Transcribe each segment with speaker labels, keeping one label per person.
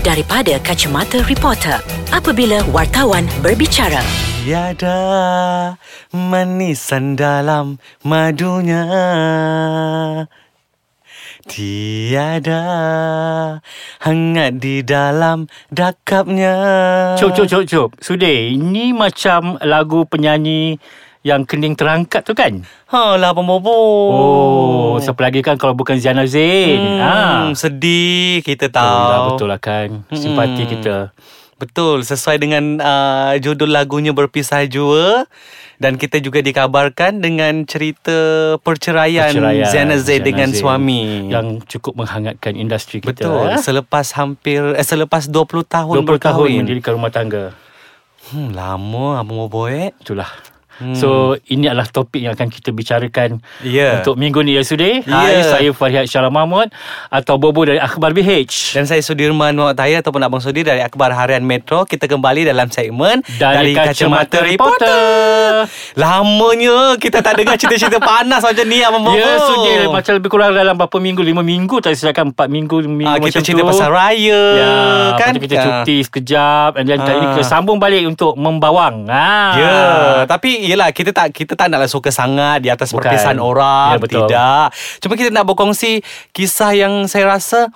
Speaker 1: daripada kacamata reporter apabila wartawan berbicara.
Speaker 2: Tiada manisan dalam madunya Tiada hangat di dalam dakapnya
Speaker 3: Cop, cop, cop, cop. Sudir, ini macam lagu penyanyi yang kening terangkat tu kan?
Speaker 2: Ha lah pembobo
Speaker 3: Oh, siapa lagi kan kalau bukan Ziana Zain.
Speaker 2: hmm,
Speaker 3: Ha.
Speaker 2: Sedih kita tahu
Speaker 3: Yalah, betul lah kan.
Speaker 2: Hmm.
Speaker 3: Simpati
Speaker 2: Mm-mm.
Speaker 3: kita.
Speaker 2: Betul, sesuai dengan uh, judul lagunya Berpisah Jua dan kita juga dikabarkan dengan cerita perceraian, perceraian Ziana Zaid
Speaker 3: Ziana
Speaker 2: dengan
Speaker 3: Zain
Speaker 2: suami.
Speaker 3: Yang cukup menghangatkan industri kita.
Speaker 2: Betul,
Speaker 3: eh.
Speaker 2: selepas hampir eh, selepas 20 tahun
Speaker 3: 20 tahun
Speaker 2: berkahwin.
Speaker 3: mendirikan rumah tangga.
Speaker 2: hmm, lama apa mau boy.
Speaker 3: Itulah.
Speaker 2: Hmm.
Speaker 3: So ini adalah topik yang akan kita bicarakan
Speaker 2: Ya.
Speaker 3: untuk minggu ni ya Sudi. Hai
Speaker 2: Ya.
Speaker 3: saya Farihat Syarah Mahmud atau Bobo dari Akhbar BH.
Speaker 2: Dan saya Sudirman Muhammad Tahir ataupun Abang Sudir dari Akhbar Harian Metro. Kita kembali dalam segmen
Speaker 3: Dari Kacamata Reporter.
Speaker 2: Lamanya kita tak dengar cerita-cerita panas macam ni Abang Bobo.
Speaker 3: Ya Sudi macam lebih kurang dalam berapa minggu 5 minggu tak silakan 4 minggu minggu
Speaker 2: Ah,
Speaker 3: macam
Speaker 2: kita
Speaker 3: tu.
Speaker 2: cerita pasal raya
Speaker 3: Ya,
Speaker 2: kan
Speaker 3: kan kita cuti sekejap and then kali ni
Speaker 2: Ah.
Speaker 3: kita sambung balik untuk membawang. Ha.
Speaker 2: Ya, tapi yelah kita tak kita tak naklah suka sangat di atas
Speaker 3: Bukan.
Speaker 2: perpisahan orang,
Speaker 3: Ya, betul.
Speaker 2: tidak. Cuma kita nak berkongsi kisah yang saya rasa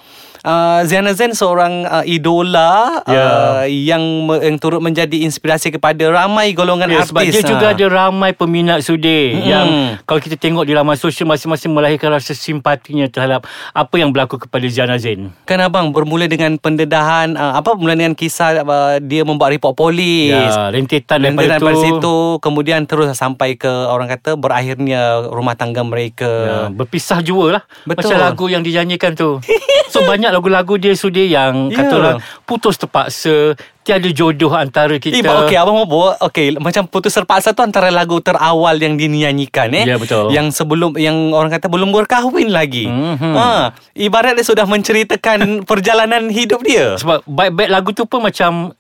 Speaker 2: Uh, Ziana Zain seorang uh, idola
Speaker 3: Ya.
Speaker 2: uh, yang me- yang turut menjadi inspirasi kepada ramai golongan
Speaker 3: Ya,
Speaker 2: artis.
Speaker 3: sebab dia
Speaker 2: ha.
Speaker 3: juga ada ramai peminat Sudi
Speaker 2: Mm-mm.
Speaker 3: yang kalau kita tengok di laman sosial masing-masing melahirkan rasa simpatinya terhadap apa yang berlaku kepada Ziana Zain.
Speaker 2: Kan abang bermula dengan pendedahan uh, apa bermula dengan kisah uh, dia membuat report polis.
Speaker 3: Ya, rentetan
Speaker 2: Daripada
Speaker 3: daripada tu.
Speaker 2: daripada situ kemudian terus sampai ke orang kata berakhirnya rumah tangga mereka.
Speaker 3: Ya, berpisah jua lah
Speaker 2: Betul.
Speaker 3: Macam lagu yang dinyanyikan tu So banyak lagu-lagu dia Sudi yang
Speaker 2: Ya.
Speaker 3: Kata orang Putus terpaksa Tiada jodoh antara kita
Speaker 2: Eh, ba- okey, abang mau bawa okey, macam putus terpaksa tu antara lagu terawal yang dinyanyikan eh.
Speaker 3: Ya, betul.
Speaker 2: Yang sebelum yang orang kata belum berkahwin lagi.
Speaker 3: Mhm.
Speaker 2: Ha, ibarat dia sudah menceritakan perjalanan hidup dia.
Speaker 3: Sebab baik-baik lagu tu pun macam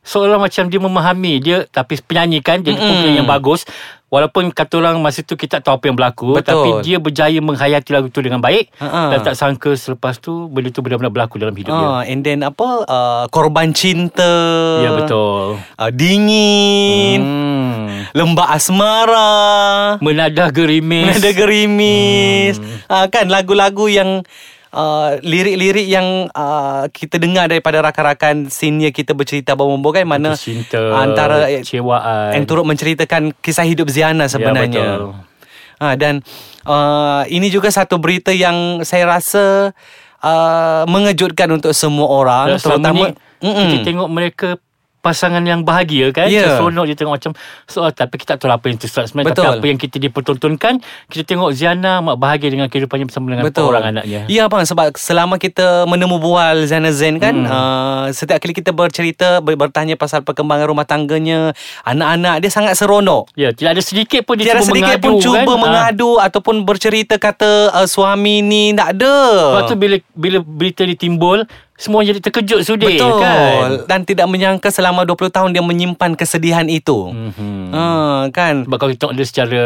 Speaker 3: Seolah macam dia memahami Dia Tapi penyanyi kan Dia pun penyanyi yang bagus Walaupun kata orang masa tu kita tak tahu apa yang berlaku
Speaker 2: Betul.
Speaker 3: Tapi dia berjaya menghayati lagu tu dengan baik
Speaker 2: Ha-ha.
Speaker 3: Dan tak sangka selepas tu Benda tu benar-benar berlaku dalam hidup dia
Speaker 2: Ha, and then apa uh, korban cinta.
Speaker 3: Ya betul
Speaker 2: Uh, dingin,
Speaker 3: hmm.
Speaker 2: lembah asmara.
Speaker 3: Menadah gerimis
Speaker 2: Nada gerimis hmm. uh, Kan lagu-lagu yang uh, Lirik-lirik yang uh, Kita dengar daripada rakan-rakan Senior kita bercerita Bobo kan Mana
Speaker 3: Putus cinta,
Speaker 2: Antara eh,
Speaker 3: kecewaan.
Speaker 2: And turut menceritakan Kisah hidup Ziana sebenarnya
Speaker 3: Ya, betul.
Speaker 2: Ha, dan uh, ini juga satu berita yang saya rasa uh, mengejutkan untuk semua orang,
Speaker 3: Dan
Speaker 2: terutama
Speaker 3: selama ni, kita tengok mereka pasangan yang bahagia kan
Speaker 2: Ya.
Speaker 3: yeah. Seronok dia tengok macam so, ah, Tapi kita tak tahu lah apa yang tersurat sebenarnya
Speaker 2: Betul.
Speaker 3: Tapi apa yang kita dipertontonkan Kita tengok Ziana amat bahagia dengan kehidupannya bersama dengan
Speaker 2: Betul.
Speaker 3: orang anaknya
Speaker 2: Ya bang sebab selama kita menemu bual Zana Zain kan hmm. uh, setiap kali kita bercerita ber- bertanya pasal perkembangan rumah tangganya, anak-anak dia sangat seronok.
Speaker 3: Ya, tidak ada sedikit pun dia
Speaker 2: Tiada
Speaker 3: cuba
Speaker 2: sedikit
Speaker 3: mengadu
Speaker 2: pun cuba
Speaker 3: kan?
Speaker 2: mengadu ataupun bercerita kata uh, suami ni tak ada.
Speaker 3: Ha. Lepas tu bila bila berita ni timbul, semua jadi terkejut sudah
Speaker 2: Betul
Speaker 3: kan.
Speaker 2: Dan tidak menyangka selama 20 tahun dia menyimpan kesedihan itu
Speaker 3: Mhm.
Speaker 2: uh, Kan
Speaker 3: Sebab kalau kita tengok dia secara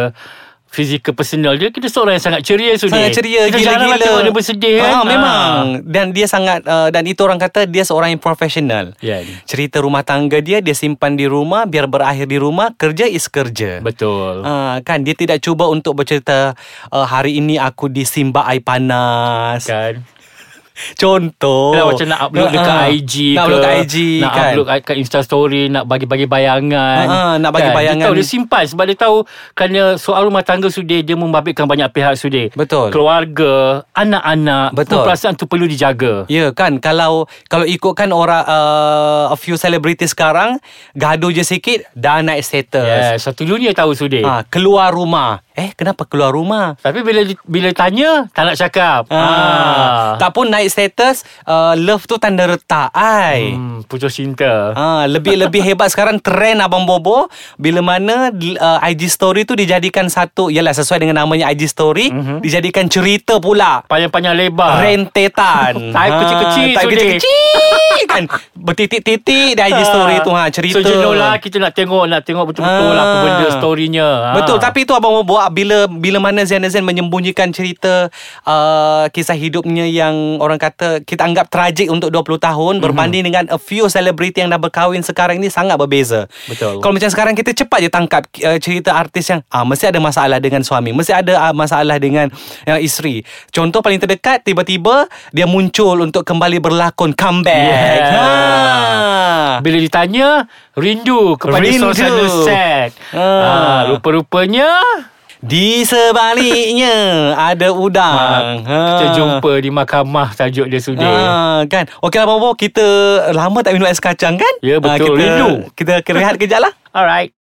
Speaker 3: fizikal personal dia kita seorang yang sangat ceria sudah.
Speaker 2: Sangat ceria
Speaker 3: kita
Speaker 2: gila-gila.
Speaker 3: Kita tengok dia bersedih kan.
Speaker 2: Ah, memang. Dan dia sangat uh, dan itu orang kata dia seorang yang profesional.
Speaker 3: Ya.
Speaker 2: Cerita rumah tangga dia dia simpan di rumah biar berakhir di rumah, kerja is kerja.
Speaker 3: Betul.
Speaker 2: Ah, kan dia tidak cuba untuk bercerita uh, hari ini aku disimba air panas.
Speaker 3: Kan.
Speaker 2: Contoh.
Speaker 3: Yalah, macam nak upload dekat
Speaker 2: Oh. Ah, Nak
Speaker 3: IG ke,
Speaker 2: upload dekat IG
Speaker 3: Nak
Speaker 2: kan.
Speaker 3: upload kat Insta story Nak bagi-bagi bayangan Kan?
Speaker 2: Ah, ah, nak bagi bayangan.
Speaker 3: Dia tahu dia simpan Sebab dia tahu Kerana soal rumah tangga Sudir Dia membabitkan banyak pihak Sudir
Speaker 2: Betul.
Speaker 3: Keluarga Anak-anak
Speaker 2: Betul.
Speaker 3: Perasaan tu perlu dijaga
Speaker 2: Ya kan kalau kalau ikutkan orang uh, a few celebrity sekarang gaduh je sikit dah naik status.
Speaker 3: Ya, satu dunia tahu Sudir
Speaker 2: Ha, keluar rumah. Eh, kenapa keluar rumah?
Speaker 3: Tapi bila bila tanya tak nak cakap.
Speaker 2: Ah. Tak pun naik status uh, Love tu tanda retak ai. Hmm.
Speaker 3: Hmm, putus cinta.
Speaker 2: Ah, lebih-lebih hebat sekarang trend Abang Bobo bila mana uh, IG story tu dijadikan satu yalah sesuai dengan namanya IG story mm-hmm. dijadikan cerita pula.
Speaker 3: Panjang-panjang lebar.
Speaker 2: Rentetan
Speaker 3: Ah. Type
Speaker 2: Ah,
Speaker 3: kecil-kecil,
Speaker 2: Type
Speaker 3: Sudi.
Speaker 2: kecil-kecil kan Bertitik-titik Dah IG
Speaker 3: Ah.
Speaker 2: story tu ha, Cerita
Speaker 3: So jenuh lah kita nak tengok Nak tengok betul-betul
Speaker 2: Ah.
Speaker 3: lah Apa benda storynya Ah.
Speaker 2: Betul Tapi tu Abang Bobo nampak bila bila mana Zain Zain menyembunyikan cerita uh, kisah hidupnya yang orang kata kita anggap tragik untuk 20 tahun mm-hmm.
Speaker 3: Mhm.
Speaker 2: berbanding dengan a few celebrity yang dah berkahwin sekarang ini sangat berbeza.
Speaker 3: Betul.
Speaker 2: Kalau macam sekarang kita cepat je tangkap uh, cerita artis yang ah mesti ada masalah dengan suami, mesti ada uh, masalah dengan uh, isteri. Contoh paling terdekat tiba-tiba dia muncul untuk kembali berlakon comeback.
Speaker 3: Yeah.
Speaker 2: Ha.
Speaker 3: Bila ditanya Rindu kepada
Speaker 2: Rindu.
Speaker 3: suasana set ha.
Speaker 2: Ah.
Speaker 3: Rupa-rupanya
Speaker 2: Di sebaliknya ada
Speaker 3: ha.
Speaker 2: udang.
Speaker 3: Kita jumpa di mahkamah Tajuk dia sudah ha.
Speaker 2: Ah, kan. Okeylah Bobo, kita lama tak minum ais kacang kan? Ah,
Speaker 3: Ya,
Speaker 2: kita,
Speaker 3: betul. Rindu.
Speaker 2: Kita rehat kejap lah.
Speaker 3: Alright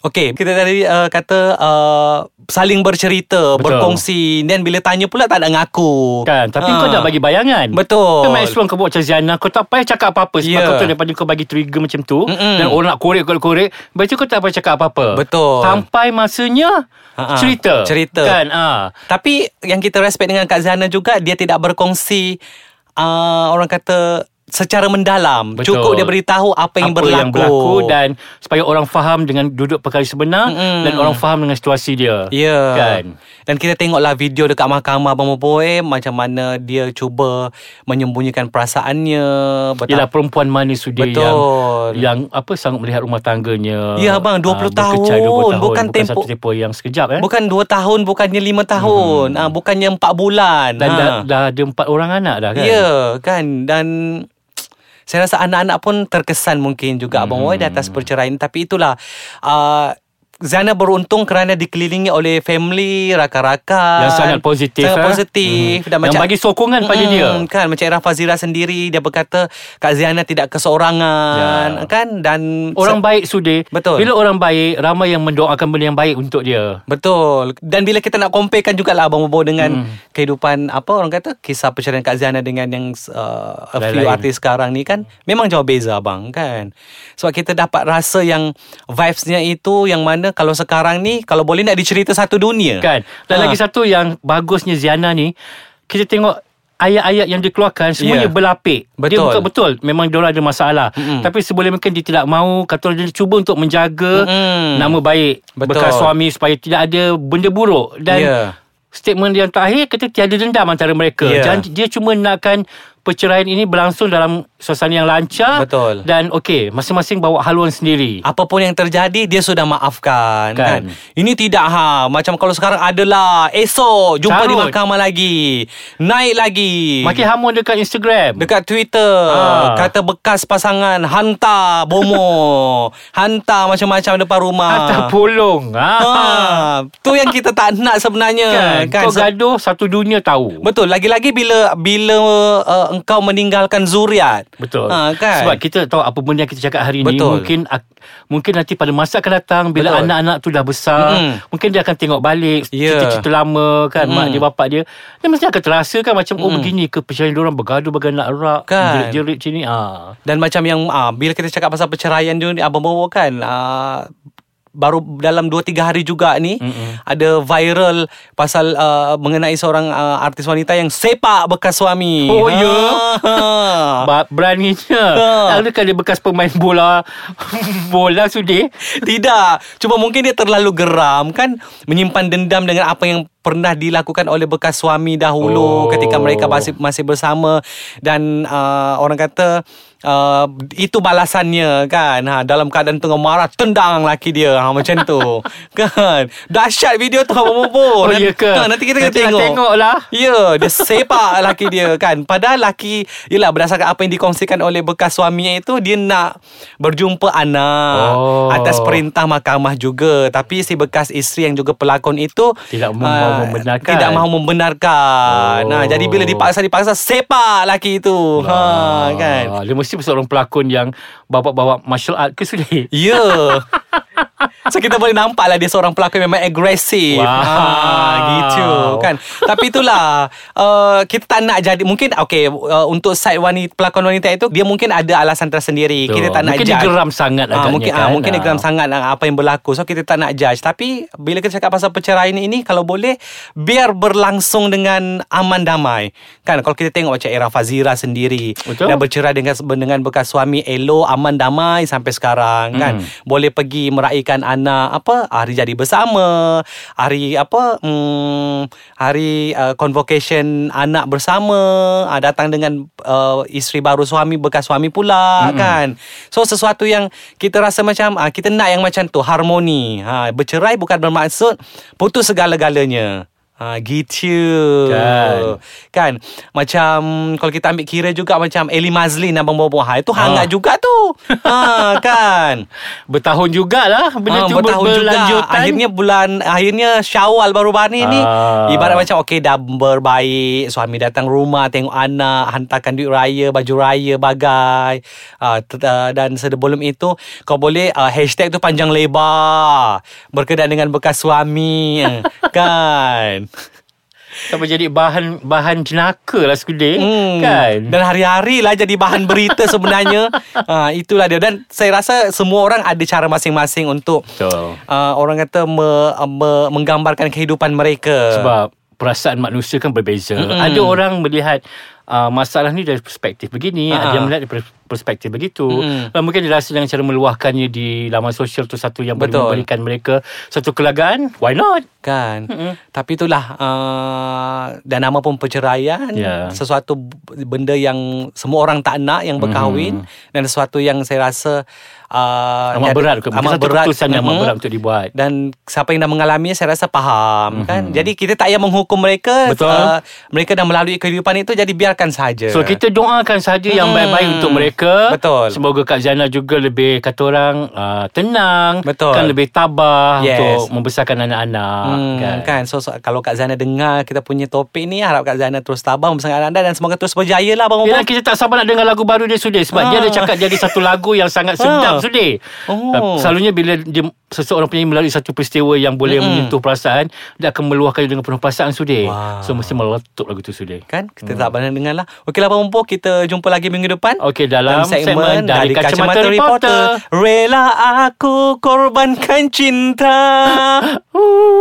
Speaker 2: Okey, kita tadi uh, kata uh, saling bercerita,
Speaker 3: Betul.
Speaker 2: berkongsi. Dan bila tanya pula tak nak ngaku. Ah.
Speaker 3: Kan Tapi ha. kau dah bagi bayangan
Speaker 2: Betul.
Speaker 3: Kau max long kau buat macam Ziana Kau tak payah cakap apa-apa Sebab
Speaker 2: Ya.
Speaker 3: kau tahu daripada kau bagi trigger macam tu
Speaker 2: Mm-mm.
Speaker 3: Dan orang nak korek-korek Lepas tu kau tak payah cakap apa-apa
Speaker 2: Betul.
Speaker 3: Sampai masanya
Speaker 2: Ha-ha.
Speaker 3: Cerita
Speaker 2: Cerita.
Speaker 3: Kan ha.
Speaker 2: Tapi yang kita respect dengan Kak Zana juga dia tidak berkongsi uh, orang kata secara mendalam.
Speaker 3: Betul.
Speaker 2: Cukup dia beritahu apa yang
Speaker 3: apa
Speaker 2: berlaku.
Speaker 3: yang berlaku dan supaya orang faham dengan duduk perkara sebenar
Speaker 2: Mm-mm.
Speaker 3: mm dan orang faham dengan situasi dia.
Speaker 2: Ya.
Speaker 3: Kan?
Speaker 2: Dan kita tengoklah video dekat mahkamah Abang Boy macam mana dia cuba menyembunyikan perasaannya. Betapa
Speaker 3: Ialah perempuan mana sudi
Speaker 2: Betul.
Speaker 3: yang yang apa sangat melihat rumah tangganya. Ah,
Speaker 2: Ya, abang, 20
Speaker 3: berkecai
Speaker 2: tahun.
Speaker 3: 20
Speaker 2: Bukan
Speaker 3: tahun. Bukan
Speaker 2: tempoh-
Speaker 3: satu tempoh yang sekejap eh.
Speaker 2: Bukan 2 tahun, bukannya 5 tahun. Hmm. Ha, bukannya 4 bulan.
Speaker 3: dan
Speaker 2: ha.
Speaker 3: dah, dah ada empat orang anak dah kan.
Speaker 2: Ya, kan. Dan saya rasa anak-anak pun terkesan mungkin juga hmm. Abang Boy di atas perceraian. Tapi itulah... Uh, Zana beruntung kerana dikelilingi oleh family, rakan-rakan.
Speaker 3: Yang sangat positif,
Speaker 2: Sangat
Speaker 3: eh.
Speaker 2: positif.
Speaker 3: Mhm. Yang bagi sokongan pada dia.
Speaker 2: Kan, macam Era Fazira sendiri, dia berkata Kak Ziana tidak keseorangan.
Speaker 3: Ya.
Speaker 2: Kan, dan...
Speaker 3: Orang baik sudi.
Speaker 2: Betul.
Speaker 3: Bila orang baik, ramai yang mendoakan benda yang baik untuk dia.
Speaker 2: Betul. Dan bila kita nak comparekan jugalah Abang Bobo dengan hmm. kehidupan apa orang kata kisah perceraian Kak Ziana dengan yang uh, a few
Speaker 3: Lain-lain.
Speaker 2: artis sekarang ni kan memang jauh beza abang kan. Sebab kita dapat rasa yang vibes-nya itu yang mana kalau sekarang ni kalau boleh nak dicerita satu dunia.
Speaker 3: Kan Dan
Speaker 2: Ha.
Speaker 3: lagi satu yang Bagusnya Ziana ni Kita tengok Ayat-ayat yang dikeluarkan
Speaker 2: Ya.
Speaker 3: Semuanya yeah. berlapik Dia
Speaker 2: Betul.
Speaker 3: bukan betul Memang diorang ada masalah mm-hmm. Tapi seboleh mungkin Dia tidak mahu Kata orang dia cuba untuk menjaga
Speaker 2: Mm-mm.
Speaker 3: mm-hmm. Nama baik
Speaker 2: Betul.
Speaker 3: Bekas suami Supaya tidak ada Benda buruk Dan
Speaker 2: Ya.
Speaker 3: yeah. Statement yang terakhir Kata tiada dendam Antara mereka
Speaker 2: Ya.
Speaker 3: Dan dia cuma nakkan Perceraian ini berlangsung Dalam suasana yang lancar
Speaker 2: Betul.
Speaker 3: Dan okey Masing-masing bawa haluan sendiri
Speaker 2: Apa pun yang terjadi Dia sudah maafkan kan.
Speaker 3: Kan.
Speaker 2: Ini tidak ha Macam kalau sekarang adalah Esok Jumpa di
Speaker 3: Carut.
Speaker 2: mahkamah lagi Naik lagi
Speaker 3: Makin hamon dekat Instagram
Speaker 2: Dekat Twitter
Speaker 3: Ah.
Speaker 2: Kata bekas pasangan Hantar bomo Hantar macam-macam depan rumah
Speaker 3: Atas polong ha.
Speaker 2: ah, Tu yang kita tak nak sebenarnya
Speaker 3: kan,
Speaker 2: kan,
Speaker 3: Kau gaduh Satu dunia tahu
Speaker 2: Betul Lagi-lagi bila Bila uh, engkau meninggalkan zuriat
Speaker 3: Betul
Speaker 2: ah, kan?
Speaker 3: Sebab kita tahu Apa benda yang kita cakap hari ni
Speaker 2: Betul.
Speaker 3: Mungkin ak- Mungkin nanti pada masa akan datang Bila
Speaker 2: Betul.
Speaker 3: anak-anak tu dah besar
Speaker 2: Mm-mm.
Speaker 3: Mungkin dia akan tengok balik
Speaker 2: Ya.
Speaker 3: Cerita-cerita lama kan Mak
Speaker 2: Mm.
Speaker 3: dia bapak dia Dia mesti akan terasa kan Macam oh begini ke Percayaan diorang bergaduh Berganak rak
Speaker 2: Kan.
Speaker 3: Jerit-jerit macam ni ha.
Speaker 2: Dan macam yang ah, Bila kita cakap pasal perceraian tu ni, Abang Bowo kan ah, Baru dalam 2-3 hari juga ni Mm-mm. Ada viral Pasal ah, Mengenai seorang ah, artis wanita Yang sepak bekas suami
Speaker 3: Oh, ya?
Speaker 2: Ah.
Speaker 3: Ba- Beraninya
Speaker 2: Ha.
Speaker 3: Adakah dia bekas pemain bola Bola sudi
Speaker 2: Tidak. Cuma mungkin dia terlalu geram kan menyimpan dendam dengan apa yang pernah dilakukan oleh bekas suami dahulu oh.
Speaker 3: Oh.
Speaker 2: ketika mereka masih masih bersama dan uh, orang kata uh, itu balasannya kan. Ha dalam keadaan tengah marah tendang laki dia. Ha macam tu. kan. Dahsyat video tu apa
Speaker 3: Oh,
Speaker 2: pun.
Speaker 3: ya ke?
Speaker 2: nanti kita kena
Speaker 3: Nanti nak
Speaker 2: tengok.
Speaker 3: tengok lah.
Speaker 2: Ya, dia sepak laki dia kan. Padahal laki ialah berdasarkan apa yang dikongsikan oleh bekas suaminya itu dia nak berjumpa anak
Speaker 3: Oh.
Speaker 2: atas perintah mahkamah juga. Tapi si bekas isteri yang juga pelakon itu
Speaker 3: Tidak mau-
Speaker 2: ah,
Speaker 3: mau membenarkan.
Speaker 2: Tidak mahu membenarkan.
Speaker 3: Oh.
Speaker 2: Nah, jadi bila dipaksa-dipaksa sepak laki itu. Ha kan.
Speaker 3: Ah, Dia mesti seorang pelakon yang Bawa-bawa martial art ke sudi
Speaker 2: Ya. So kita boleh nampak lah dia seorang pelakon memang agresif.
Speaker 3: Wow.
Speaker 2: Ah, gitu kan. Tapi itulah uh, kita tak nak jadi mungkin okey uh, untuk side wanita pelakon wanita itu dia mungkin ada alasan tersendiri.
Speaker 3: Betul.
Speaker 2: Kita tak nak
Speaker 3: Mungkin
Speaker 2: judge.
Speaker 3: dia geram sangat
Speaker 2: Ah,
Speaker 3: agaknya
Speaker 2: mungkin
Speaker 3: kan?
Speaker 2: ah, mungkin dia
Speaker 3: Ah.
Speaker 2: geram sangat ah, apa yang berlaku. So kita tak nak judge. Tapi bila kita cakap pasal perceraian ini kalau boleh biar berlangsung dengan aman damai. Kan kalau kita tengok macam era Fazira sendiri
Speaker 3: Betul.
Speaker 2: dah bercerai dengan dengan bekas suami elok aman damai sampai sekarang kan. Boleh pergi meraihkan anak apa hari jadi bersama, hari apa hmm, hari uh, convocation anak bersama, uh, datang dengan uh, isteri baru suami bekas suami pula kan. So sesuatu yang kita rasa macam ah kita nak yang macam tu harmoni. Ha bercerai bukan bermaksud putus segala-galanya. Ha gitu.
Speaker 3: Kan.
Speaker 2: Kan Macam Kalau kita ambil kira juga Macam Eli Mazlin Abang Bobo ha, Itu hangat
Speaker 3: Ah.
Speaker 2: juga tu ha, Kan
Speaker 3: Bertahun jugalah
Speaker 2: Ah,
Speaker 3: benda tu bertahun berlanjutan.
Speaker 2: Akhirnya bulan Akhirnya syawal baru bani ni
Speaker 3: Ah.
Speaker 2: Ibarat macam Okay dah berbaik Suami datang rumah Tengok anak Hantarkan duit raya Baju raya Bagai Ah, t- ah, Dan sebelum itu Kau boleh ah, Hashtag tu panjang lebar Berkenan dengan bekas suami Eh, Kan
Speaker 3: sampai jadi bahan bahan jenaka lah sekali
Speaker 2: Hmm.
Speaker 3: kan.
Speaker 2: Dan hari-hari lah jadi bahan berita sebenarnya. ha, itulah dia. Dan saya rasa semua orang ada cara masing-masing untuk
Speaker 3: Betul.
Speaker 2: uh, orang kata me, me, menggambarkan kehidupan mereka.
Speaker 3: Sebab perasaan manusia kan berbeza.
Speaker 2: Hmm.
Speaker 3: Mm-hmm. Ada orang melihat uh, masalah ni dari perspektif begini,
Speaker 2: Ha.
Speaker 3: ada yang melihat dari perspektif begitu.
Speaker 2: Mm-mm.
Speaker 3: Dan mungkin dia rasa dengan cara meluahkannya di laman sosial tu satu yang boleh
Speaker 2: Betul.
Speaker 3: memberikan mereka satu kelagaan. Why not?
Speaker 2: Kan mm-hmm. Tapi itulah uh, Dan nama pun perceraian
Speaker 3: Ya.
Speaker 2: Sesuatu b- benda yang Semua orang tak nak Yang berkahwin mm-hmm. Dan sesuatu yang saya rasa uh, ada-
Speaker 3: Amat berat ke? Amat satu berat. keputusan yang amat
Speaker 2: Mm-mm.
Speaker 3: berat untuk dibuat.
Speaker 2: Mm-hmm. dan siapa yang dah mengalaminya saya rasa faham mm-hmm. kan jadi kita tak payah menghukum mereka Uh,
Speaker 3: Betul.
Speaker 2: mereka dah melalui kehidupan itu jadi biarkan saja
Speaker 3: So kita doakan saja yang
Speaker 2: Hmm.
Speaker 3: baik-baik untuk mereka.
Speaker 2: Ya. Betul.
Speaker 3: Semoga Kak Zainal juga lebih kata orang uh, tenang,
Speaker 2: Betul.
Speaker 3: kan lebih tabah
Speaker 2: Yes.
Speaker 3: untuk membesarkan anak-anak
Speaker 2: Hmm,
Speaker 3: kan.
Speaker 2: kan. kan so, so kalau Kak Zana dengar kita punya topik ni harap Kak Zana terus tabah bersama anda dan semoga terus berjaya lah bang Omar.
Speaker 3: Yelah kita tak sabar nak dengar lagu baru dia Sudir Sebab
Speaker 2: Ah.
Speaker 3: dia ada cakap dia ada satu lagu yang sangat
Speaker 2: Ah.
Speaker 3: sedap Sudir
Speaker 2: Oh.
Speaker 3: Uh, Selalunya bila dia, seseorang punya melalui satu peristiwa yang boleh menyentuh perasaan Dia akan meluahkan dengan penuh perasaan Sudir
Speaker 2: Wow.
Speaker 3: So mesti meletup lagu tu Sudir
Speaker 2: kan kita
Speaker 3: Hmm.
Speaker 2: tak pandang dengar lah Okey lah Abang Umpo Kita jumpa lagi minggu depan
Speaker 3: Okey, Oh, dalam segmen Dari Kacamata Reporter.
Speaker 2: Rela aku korbankan cinta